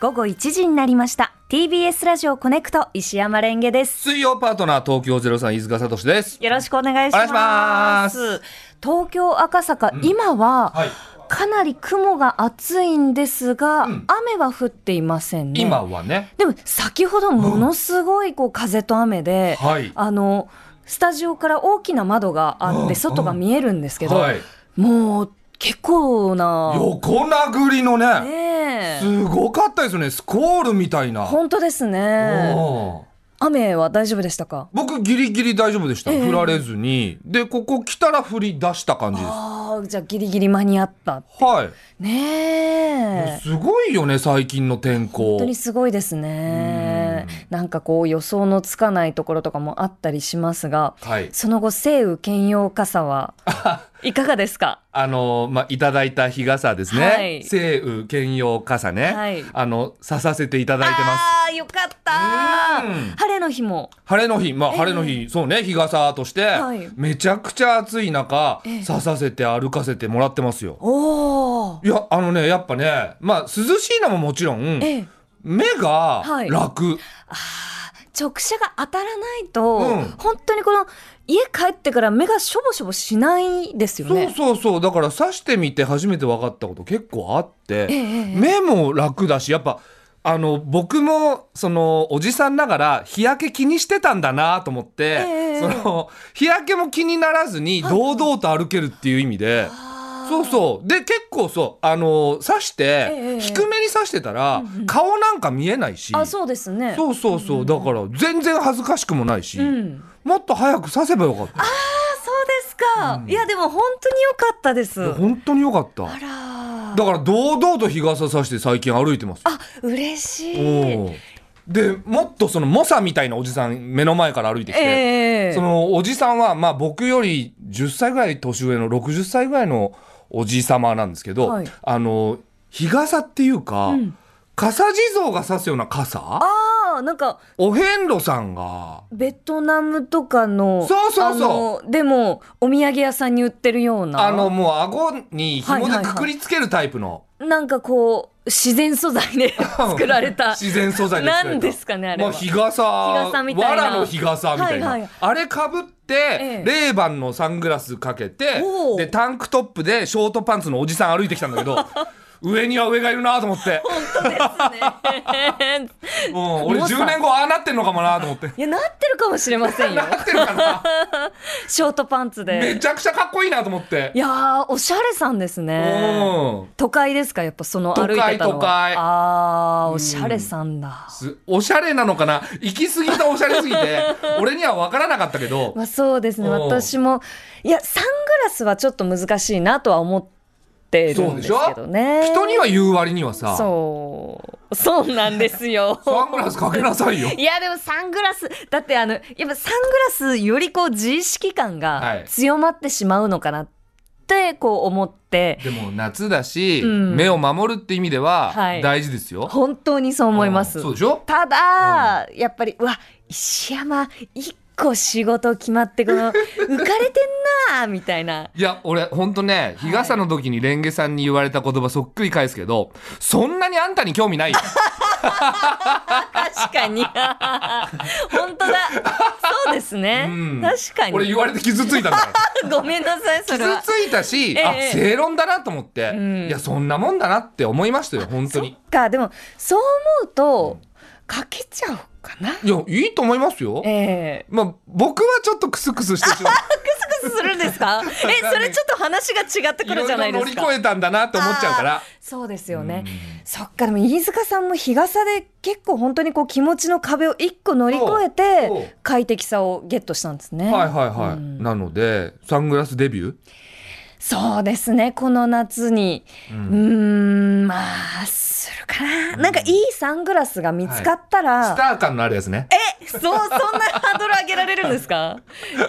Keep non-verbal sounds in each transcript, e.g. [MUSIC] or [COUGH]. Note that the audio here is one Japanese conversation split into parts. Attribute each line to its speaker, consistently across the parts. Speaker 1: 午後1時になりました TBS ラジオコネクト石山レンゲです
Speaker 2: 水曜パートナー東京ゼロさん飯塚聡です。
Speaker 1: よろしくお願いします
Speaker 2: お願いしま
Speaker 1: 東京赤坂、今は、
Speaker 2: はい
Speaker 1: かなり雲が厚いんですが、
Speaker 2: ん
Speaker 1: 雨は降っていませんね
Speaker 2: 今はね、
Speaker 1: でも先ほどものすごいこう風と雨で、
Speaker 2: はい
Speaker 1: あのスタジオから大きな窓があって外が見えるんですけど、
Speaker 2: はい、
Speaker 1: もう結構な、
Speaker 2: 横殴りのね、
Speaker 1: ねえ、
Speaker 2: すごかったですよね。スコールみたいな。
Speaker 1: 本当ですね
Speaker 2: うん
Speaker 1: 雨は大丈夫でしたか
Speaker 2: 僕ギリギリ大丈夫でした。
Speaker 1: ええ
Speaker 2: 振られずに、でここ来たら振り出した感じです。
Speaker 1: ああじゃあギリギリ間に合った
Speaker 2: はい。
Speaker 1: ねえ
Speaker 2: すごいよね最近の天候。
Speaker 1: 本当にすごいですねなんかこう予想のつかないところとかもあったりしますが
Speaker 2: はい。
Speaker 1: その後晴雨兼用傘はいかがですか
Speaker 2: あのまあ、いただいた日傘ですね。
Speaker 1: はい
Speaker 2: 晴雨兼用傘ね。
Speaker 1: はい
Speaker 2: あの、ささせていただいてます。
Speaker 1: ああーよかった
Speaker 2: うん
Speaker 1: 晴れの日も
Speaker 2: 晴れの日、まあ、
Speaker 1: ええ
Speaker 2: 晴れの日、そうね、日傘として、
Speaker 1: はい
Speaker 2: めちゃくちゃ暑い中、
Speaker 1: ええ
Speaker 2: ささせて歩かせてもらってますよ。
Speaker 1: おお
Speaker 2: いや、あのね、やっぱね、まあ、涼しいのももちろん、
Speaker 1: ええ
Speaker 2: 目が
Speaker 1: はい
Speaker 2: 楽。
Speaker 1: 直射が当たらないと、
Speaker 2: うん
Speaker 1: 本当にこの家帰ってから目がしょぼしょぼしないですよね。
Speaker 2: そうそうそう、だから刺してみて初めて分かったこと結構あって、
Speaker 1: ええええ
Speaker 2: 目も楽だし、やっぱ、あの、僕も、その、おじさんながら日焼け気にしてたんだなと思って、
Speaker 1: ええ
Speaker 2: その、日焼けも気にならずに、堂々と歩けるっていう意味で、
Speaker 1: あー
Speaker 2: そうそう。で、結構そう、あのー刺して、
Speaker 1: ええ
Speaker 2: 低めに刺してたら、
Speaker 1: うんうん
Speaker 2: 顔なんか見えないし。
Speaker 1: あそうですね。
Speaker 2: そうそうそうだから、全然恥ずかしくもないし、
Speaker 1: うん、
Speaker 2: もっと早く刺せばよかった。
Speaker 1: あそうですか、いやでも本当に良かったです。
Speaker 2: 本当によかった。
Speaker 1: あら
Speaker 2: だから、堂々と日傘刺して最近歩いてます。
Speaker 1: あ嬉しい。
Speaker 2: おーで、もっとその、猛者みたいなおじさん、目の前から歩いてきて、
Speaker 1: ええ
Speaker 2: そのおじさんは、まあ、僕より10歳ぐらい年上の60歳ぐらいのおじさまなんですけど、
Speaker 1: はい
Speaker 2: あの日傘っていうか、
Speaker 1: うん
Speaker 2: 傘地蔵が差すような傘
Speaker 1: ああなんか
Speaker 2: お遍路さんが
Speaker 1: ベトナムとかの
Speaker 2: そうそうそ
Speaker 1: あのでもお土産屋さんに売ってるような
Speaker 2: あのもう顎に紐
Speaker 1: はい
Speaker 2: で
Speaker 1: はいはい
Speaker 2: くくりつけるタイプの、
Speaker 1: なんかこう自然素材
Speaker 2: [LAUGHS]
Speaker 1: で作られた
Speaker 2: 自然素材で
Speaker 1: [LAUGHS]
Speaker 2: 作られた
Speaker 1: なんですかねあれ
Speaker 2: ま
Speaker 1: は。
Speaker 2: あ、日傘
Speaker 1: 傘みたいな
Speaker 2: わらの日傘みたいな、
Speaker 1: はいはい
Speaker 2: あれかぶって、
Speaker 1: ええ
Speaker 2: レーバンのサングラスかけて
Speaker 1: おう
Speaker 2: でタンクトップでショートパンツのおじさん歩いてきたんだけど
Speaker 1: [LAUGHS]
Speaker 2: 上には上がいるなと思って。
Speaker 1: ね [LAUGHS]
Speaker 2: うん、俺
Speaker 1: もさ
Speaker 2: 10年後ああなってんのかもなと思って
Speaker 1: いやなってるかもしれませんよ
Speaker 2: なってるかな
Speaker 1: [LAUGHS] ショートパンツ
Speaker 2: め
Speaker 1: で
Speaker 2: ちゃくちゃかっこいいなと思って
Speaker 1: いやーおしゃれさんですね
Speaker 2: うん
Speaker 1: 都会ですかやっぱその歩いてたのは
Speaker 2: 都会都会
Speaker 1: あーおしゃれさんだ、
Speaker 2: すおしゃれなのかな行き過ぎたおしゃれすぎて
Speaker 1: [LAUGHS]
Speaker 2: 俺には分からなかったけど
Speaker 1: まあ、そうですね
Speaker 2: うん
Speaker 1: 私もいやサングラスはちょっと難しいなとは思ってるんですけどね
Speaker 2: 人には言う割にはさ
Speaker 1: そうそうなんです
Speaker 2: [LAUGHS]
Speaker 1: よ
Speaker 2: サングラスかけなさいよ
Speaker 1: いやでもサングラスだってあのやっぱサングラスよりこう自意識感
Speaker 2: は
Speaker 1: が
Speaker 2: い
Speaker 1: 強まってしまうのかなってこう思って、
Speaker 2: でも夏だし、
Speaker 1: うん
Speaker 2: 目を守るって意味では
Speaker 1: はい
Speaker 2: 大事ですよ、
Speaker 1: 本当にそう思います
Speaker 2: うんそうでしょ
Speaker 1: ただ、やっぱりうわ石山一個仕事決まってこ
Speaker 2: [LAUGHS]
Speaker 1: の浮かれてんなーみたいない
Speaker 2: や俺ほんとね日傘の時にレンゲさんに言われた言葉そっくり返すけどそんなにあんたに興味ないよ
Speaker 1: 確か
Speaker 2: [LAUGHS]
Speaker 1: に本当だそうですね、
Speaker 2: うん
Speaker 1: 確か
Speaker 2: 俺
Speaker 1: に
Speaker 2: 言われて傷ついたんだから
Speaker 1: ごめんなさい [LAUGHS] それ
Speaker 2: 傷
Speaker 1: は
Speaker 2: ついたし、あ
Speaker 1: ええ
Speaker 2: 正論だなと思って、
Speaker 1: うん
Speaker 2: いやそんなもんだなって思いましたよ本当に
Speaker 1: そっかでもそう思うと、かけちゃおうかない
Speaker 2: やいいと思いますよ、 [LAUGHS]
Speaker 1: ええ
Speaker 2: まあ僕はちょっとクスクスしてし
Speaker 1: [LAUGHS]
Speaker 2: まう
Speaker 1: クスクスするんですかえそれちょっと話が違ってく
Speaker 2: い
Speaker 1: る
Speaker 2: ろ
Speaker 1: じゃ
Speaker 2: い
Speaker 1: な
Speaker 2: ろ
Speaker 1: いで
Speaker 2: 乗
Speaker 1: す
Speaker 2: り
Speaker 1: か
Speaker 2: 越えたんだなって思っちゃうから
Speaker 1: そうですよ
Speaker 2: う
Speaker 1: ね
Speaker 2: ん
Speaker 1: そっかでも飯塚さんも日傘で結構本当にこう気持ちの壁を一個乗り越え
Speaker 2: そうそう
Speaker 1: て快適さをゲットしたんですね
Speaker 2: はいはいはい、
Speaker 1: うん
Speaker 2: なのでサングラスデビュー
Speaker 1: そうですねこの夏にうーんまあするかななんかいいサングラスが見つかったら、
Speaker 2: スター感のあるやつね
Speaker 1: えそうそんなハードル上げられるんです [LAUGHS] か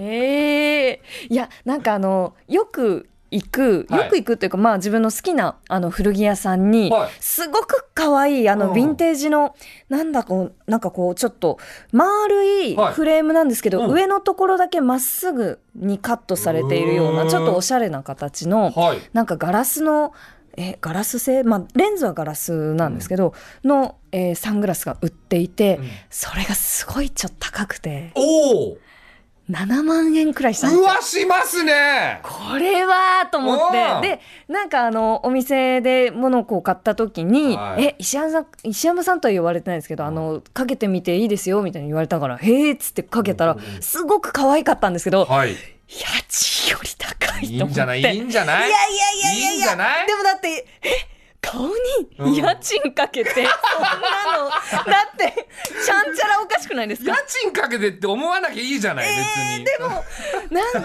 Speaker 1: ええいやなんかあのよく行く
Speaker 2: はい
Speaker 1: よく行くというか、まあ自分の好きなあの古着屋さんに、
Speaker 2: はい
Speaker 1: すごく可愛いあ
Speaker 2: うん
Speaker 1: のヴィンテージの、なんだこうなんかこうちょっと丸い
Speaker 2: はい
Speaker 1: フレームなんですけど、
Speaker 2: うん
Speaker 1: 上のところだけまっすぐにカットされているよう
Speaker 2: う
Speaker 1: な
Speaker 2: ーん
Speaker 1: ちょっとおしゃれな形の
Speaker 2: はい
Speaker 1: なんかガラスのえガラス製、まあ、レンズはガラスなんですけど、の、えーサングラスが売っていて、
Speaker 2: うん
Speaker 1: それがすごいちょっと高くて
Speaker 2: おお
Speaker 1: 7万円くらいしたんです
Speaker 2: う
Speaker 1: よ
Speaker 2: わしますね
Speaker 1: これはと思
Speaker 2: うん
Speaker 1: ってでなんかあのお店で物をこう買った時に「
Speaker 2: はい
Speaker 1: え石山さん石山さんとは言われてないんですけど、あのかけてみていいですよ」みたいに言われたから「へえ」っつってかけた
Speaker 2: う
Speaker 1: ら
Speaker 2: んうんうん
Speaker 1: すごく可愛かったんですけど、
Speaker 2: はい
Speaker 1: 家賃より高い
Speaker 2: い
Speaker 1: と思って
Speaker 2: いんじゃないいいんじゃな
Speaker 1: いや
Speaker 2: い
Speaker 1: いやいやいや
Speaker 2: いいんじゃない
Speaker 1: でもだってえ顔
Speaker 2: うん
Speaker 1: に家賃かけて、そんなのだってちゃんちゃらおかしくないです
Speaker 2: 家
Speaker 1: か
Speaker 2: 賃かけてって思わなきゃいいじゃない、別にでも
Speaker 1: なん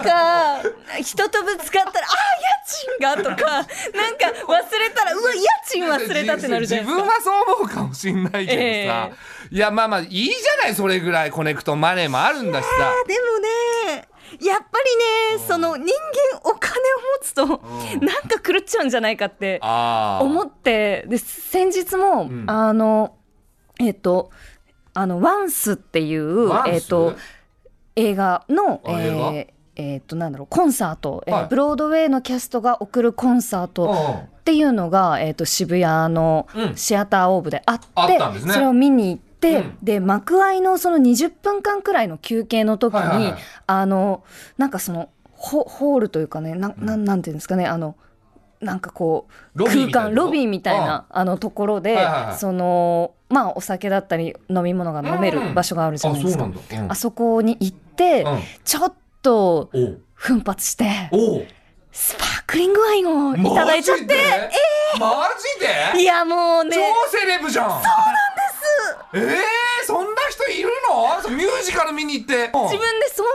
Speaker 1: か人とぶつかったら「あー家賃が」とかなんか忘れたら「うわ家賃忘れた」ってなるじゃないで
Speaker 2: 自
Speaker 1: す
Speaker 2: 分
Speaker 1: か。
Speaker 2: はそう思うかもしんないけどさ、
Speaker 1: え
Speaker 2: いやまあまあいいじゃないそれぐらいコネクトマネーもあるんだしさ
Speaker 1: でもねやっぱりねその人間お金を持つ
Speaker 2: う
Speaker 1: となんか狂っちゃうんじゃないかって
Speaker 2: ああ
Speaker 1: 思ってで先日も、
Speaker 2: ん
Speaker 1: あのえっ、とあのワンスっていう
Speaker 2: ワンス
Speaker 1: えっ、と映画の
Speaker 2: あ
Speaker 1: えー
Speaker 2: 映画
Speaker 1: えっとなんだろうコンサート、えー
Speaker 2: はい
Speaker 1: ブロードウェイのキャストが送るコンサート
Speaker 2: うん
Speaker 1: っていうのが、えー、と渋谷の
Speaker 2: うん
Speaker 1: シアターオーブであって、
Speaker 2: あったんですね
Speaker 1: それを見に行って、
Speaker 2: うん
Speaker 1: で幕間のその20分間くらいの休憩の時に、
Speaker 2: はいはいはい
Speaker 1: あのなんかそのホホールというかねなななんていうんですかねあのなんかこう
Speaker 2: ロビー
Speaker 1: 空
Speaker 2: みたいな
Speaker 1: 間
Speaker 2: とこ
Speaker 1: ロビーみたいなあのところで、
Speaker 2: はいはいはい
Speaker 1: そのまあお酒だったり飲み物が飲め
Speaker 2: うん
Speaker 1: る場所があるじゃ
Speaker 2: あ
Speaker 1: ない
Speaker 2: そ
Speaker 1: で
Speaker 2: う
Speaker 1: す
Speaker 2: な
Speaker 1: か、
Speaker 2: んだ、うん
Speaker 1: あそこに行って、ちょっと
Speaker 2: うん
Speaker 1: 奮発して
Speaker 2: おう
Speaker 1: スパークリングワインをいただいちゃっ
Speaker 2: マジで
Speaker 1: て、
Speaker 2: マジで
Speaker 1: いやもうね
Speaker 2: 超セレブじゃんそうなんですええー、そんな人いるのミュージカル見に行って
Speaker 1: 自分でそう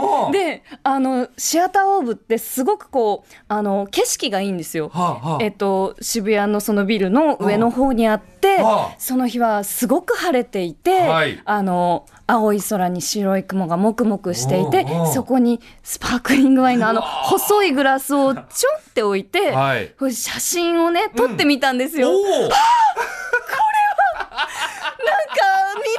Speaker 1: 思
Speaker 2: う
Speaker 1: っ
Speaker 2: ん
Speaker 1: てであのシアターオーブってすごくこうあの景色がいいんですよ。
Speaker 2: はあはあ
Speaker 1: えっと、渋谷のそのビルの上の方にあって、
Speaker 2: うんはあ
Speaker 1: その日はすごく晴れていて、
Speaker 2: はい
Speaker 1: あの青い空に白い雲がもくもくしていて、
Speaker 2: うんうん
Speaker 1: そこにスパークリングワインのあの
Speaker 2: うわ
Speaker 1: 細いグラスをちょんって置いて、
Speaker 2: はい
Speaker 1: これ写真をね撮ってみたんですよ。
Speaker 2: おお
Speaker 1: なんか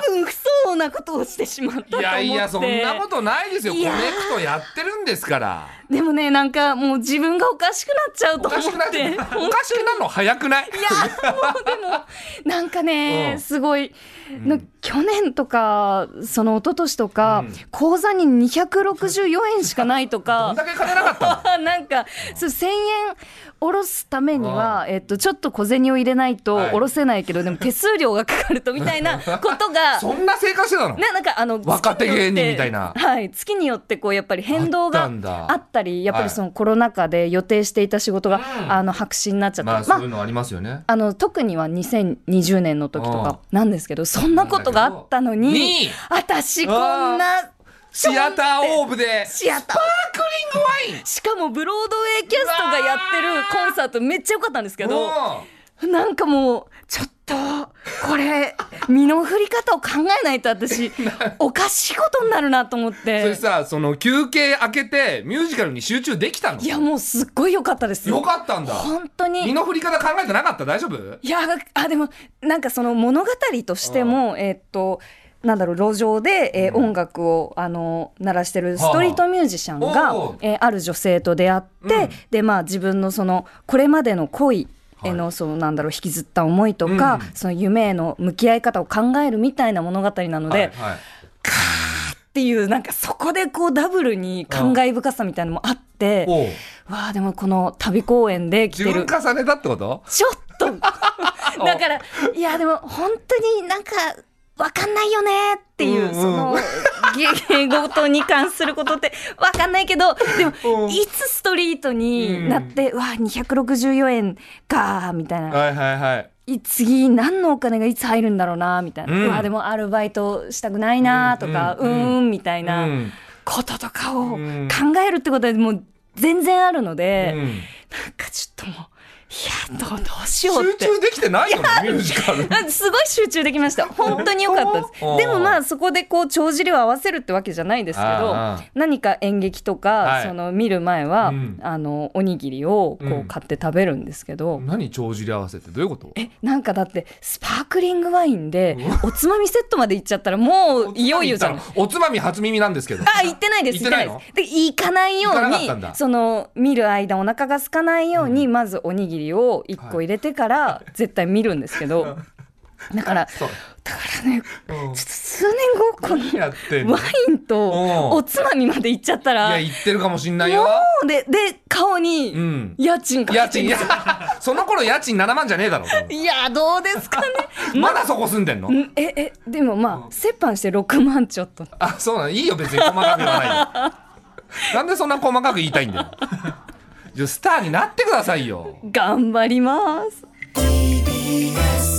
Speaker 1: 身分不相応なことをしてしまったと思っ
Speaker 2: い
Speaker 1: て
Speaker 2: やいやそんなことないですよコ
Speaker 1: い
Speaker 2: ネ
Speaker 1: やー
Speaker 2: クトやってるんですから
Speaker 1: でもねなんかもう自分がおかしくなっちゃうと
Speaker 2: お
Speaker 1: 思って
Speaker 2: かしくなっておかしくなるの早くない
Speaker 1: なんかね、
Speaker 2: うん
Speaker 1: すごい、
Speaker 2: ん
Speaker 1: な去年とかその一昨年とか、
Speaker 2: うん
Speaker 1: 口座に264円しかないと
Speaker 2: どん
Speaker 1: か
Speaker 2: だ。け金なかった
Speaker 1: [LAUGHS]
Speaker 2: の
Speaker 1: なんかそう1,000円下ろすためには、えっと、ちょっと小銭を入れないと
Speaker 2: はい
Speaker 1: 下ろせないけど、でも手数料がかかるとみたいなことが
Speaker 2: そんな生活してたの
Speaker 1: ななんかあの
Speaker 2: 若手芸人みたいな
Speaker 1: 月によってはい、月によってこうやっぱり変動
Speaker 2: あった
Speaker 1: が
Speaker 2: んだ
Speaker 1: あったりやっぱりそのコロナ禍で予定していた仕事が、
Speaker 2: うん
Speaker 1: あの白紙になっちゃった、
Speaker 2: まあ
Speaker 1: ま
Speaker 2: そ
Speaker 1: あ
Speaker 2: ういうのありますよね
Speaker 1: あの特には2020年の時とかなんですけどそんなことがあったのに
Speaker 2: に
Speaker 1: 私こんな
Speaker 2: シアターオーブでス
Speaker 1: シアター
Speaker 2: パークリングワイン
Speaker 1: しかもブロードウェイキャストがやってるコンサートめっちゃ良かったんですけどなんかもうちょっとこれ身の振り方を考えないと
Speaker 2: [LAUGHS]
Speaker 1: 私おかしいことになるなと思っ
Speaker 2: それ
Speaker 1: て
Speaker 2: さその休憩明けてミュージカルに集中できたの
Speaker 1: いやもうすっごい良かったです
Speaker 2: よかったんだ
Speaker 1: 本当に
Speaker 2: 身の振り方考えてなかった大丈夫
Speaker 1: いやあでもなんかその物語としてもえーっとなんだろう路上で、えー
Speaker 2: うん
Speaker 1: 音楽をあの鳴らしてる
Speaker 2: はあ
Speaker 1: ストリートミュージシャンが、
Speaker 2: おう
Speaker 1: えーある女性と出会って、
Speaker 2: うん
Speaker 1: でまあ自分のそのこれまでの恋への,、
Speaker 2: は
Speaker 1: そのなんだろう引きずった思いとか、
Speaker 2: うん
Speaker 1: その夢への向き合い方を考えるみたいな物語なので、
Speaker 2: はい
Speaker 1: っ
Speaker 2: はい
Speaker 1: ていうなんかそこでこうダブルに感慨深さみたいなのもあって、
Speaker 2: おう
Speaker 1: わあでもこの旅公演で来
Speaker 2: 自
Speaker 1: て
Speaker 2: 分
Speaker 1: る
Speaker 2: 重ねたってこと
Speaker 1: ちょっ
Speaker 2: [LAUGHS]
Speaker 1: とだからいやでも本当になんかわかんないよねっていう、
Speaker 2: うんうん
Speaker 1: その芸芸事に関することってわかんないけどで
Speaker 2: うん
Speaker 1: もいつストリートになって、うわ264円かみたいな
Speaker 2: はいはいはい
Speaker 1: い次何のお金がいつ入るんだろうなみたいな、
Speaker 2: う
Speaker 1: うんわでもアルバイトしたくないなとか、
Speaker 2: う
Speaker 1: うんん
Speaker 2: うん
Speaker 1: うんみたいうなんこととか
Speaker 2: う
Speaker 1: を考
Speaker 2: ん
Speaker 1: えるってことはもう全然あるの
Speaker 2: う
Speaker 1: で、
Speaker 2: ん
Speaker 1: なんかちょっともういやどうどうしよう
Speaker 2: 集
Speaker 1: って。
Speaker 2: 中できてないよねミュージカル
Speaker 1: あすごい集中できました本当に良かったです
Speaker 2: [LAUGHS] おー
Speaker 1: でもまあそこでこう帳尻を合わせるってわけじゃないですけど
Speaker 2: ああ
Speaker 1: 何か演劇とか、
Speaker 2: はい
Speaker 1: その見る前は、
Speaker 2: うん
Speaker 1: あのおにぎりをこ
Speaker 2: うん
Speaker 1: う買って食べるんですけど、
Speaker 2: 何帳尻合わせってどういうこと
Speaker 1: えなんかだってスパークリングワインでおつまみセットまでいっちゃったらもういよいよじゃない
Speaker 2: おつまみ初耳なんですけど
Speaker 1: あ行ってないです
Speaker 2: 行ってないの
Speaker 1: 行ですで行かないよう
Speaker 2: 行かなかったん
Speaker 1: に
Speaker 2: だ
Speaker 1: その見る間お腹が空かないように、
Speaker 2: う
Speaker 1: まずおにぎりを1個入れてから絶対見るんですけ
Speaker 2: [LAUGHS]
Speaker 1: ど、だから
Speaker 2: そう
Speaker 1: だからね
Speaker 2: うん
Speaker 1: ちょっと数年後こ
Speaker 2: 何やってん
Speaker 1: の
Speaker 2: の
Speaker 1: ワインと
Speaker 2: うん
Speaker 1: おつまみまでいっちゃった
Speaker 2: いや
Speaker 1: ら
Speaker 2: 言ってるかもしんないよ
Speaker 1: もうでで顔
Speaker 2: う
Speaker 1: に
Speaker 2: ん
Speaker 1: 家賃か
Speaker 2: 家賃いやその頃家賃7万じゃねえだろ
Speaker 1: いやどうですかね
Speaker 2: まだそこ住んでんの
Speaker 1: んええでもまあ折半して6万ちょっと
Speaker 2: あそうなのいいよ別に細かく言わないよ
Speaker 1: [LAUGHS]
Speaker 2: なんでそんな細かく言いたいんだよじゃあスターになってくださいよ
Speaker 1: 頑張ります
Speaker 3: TBS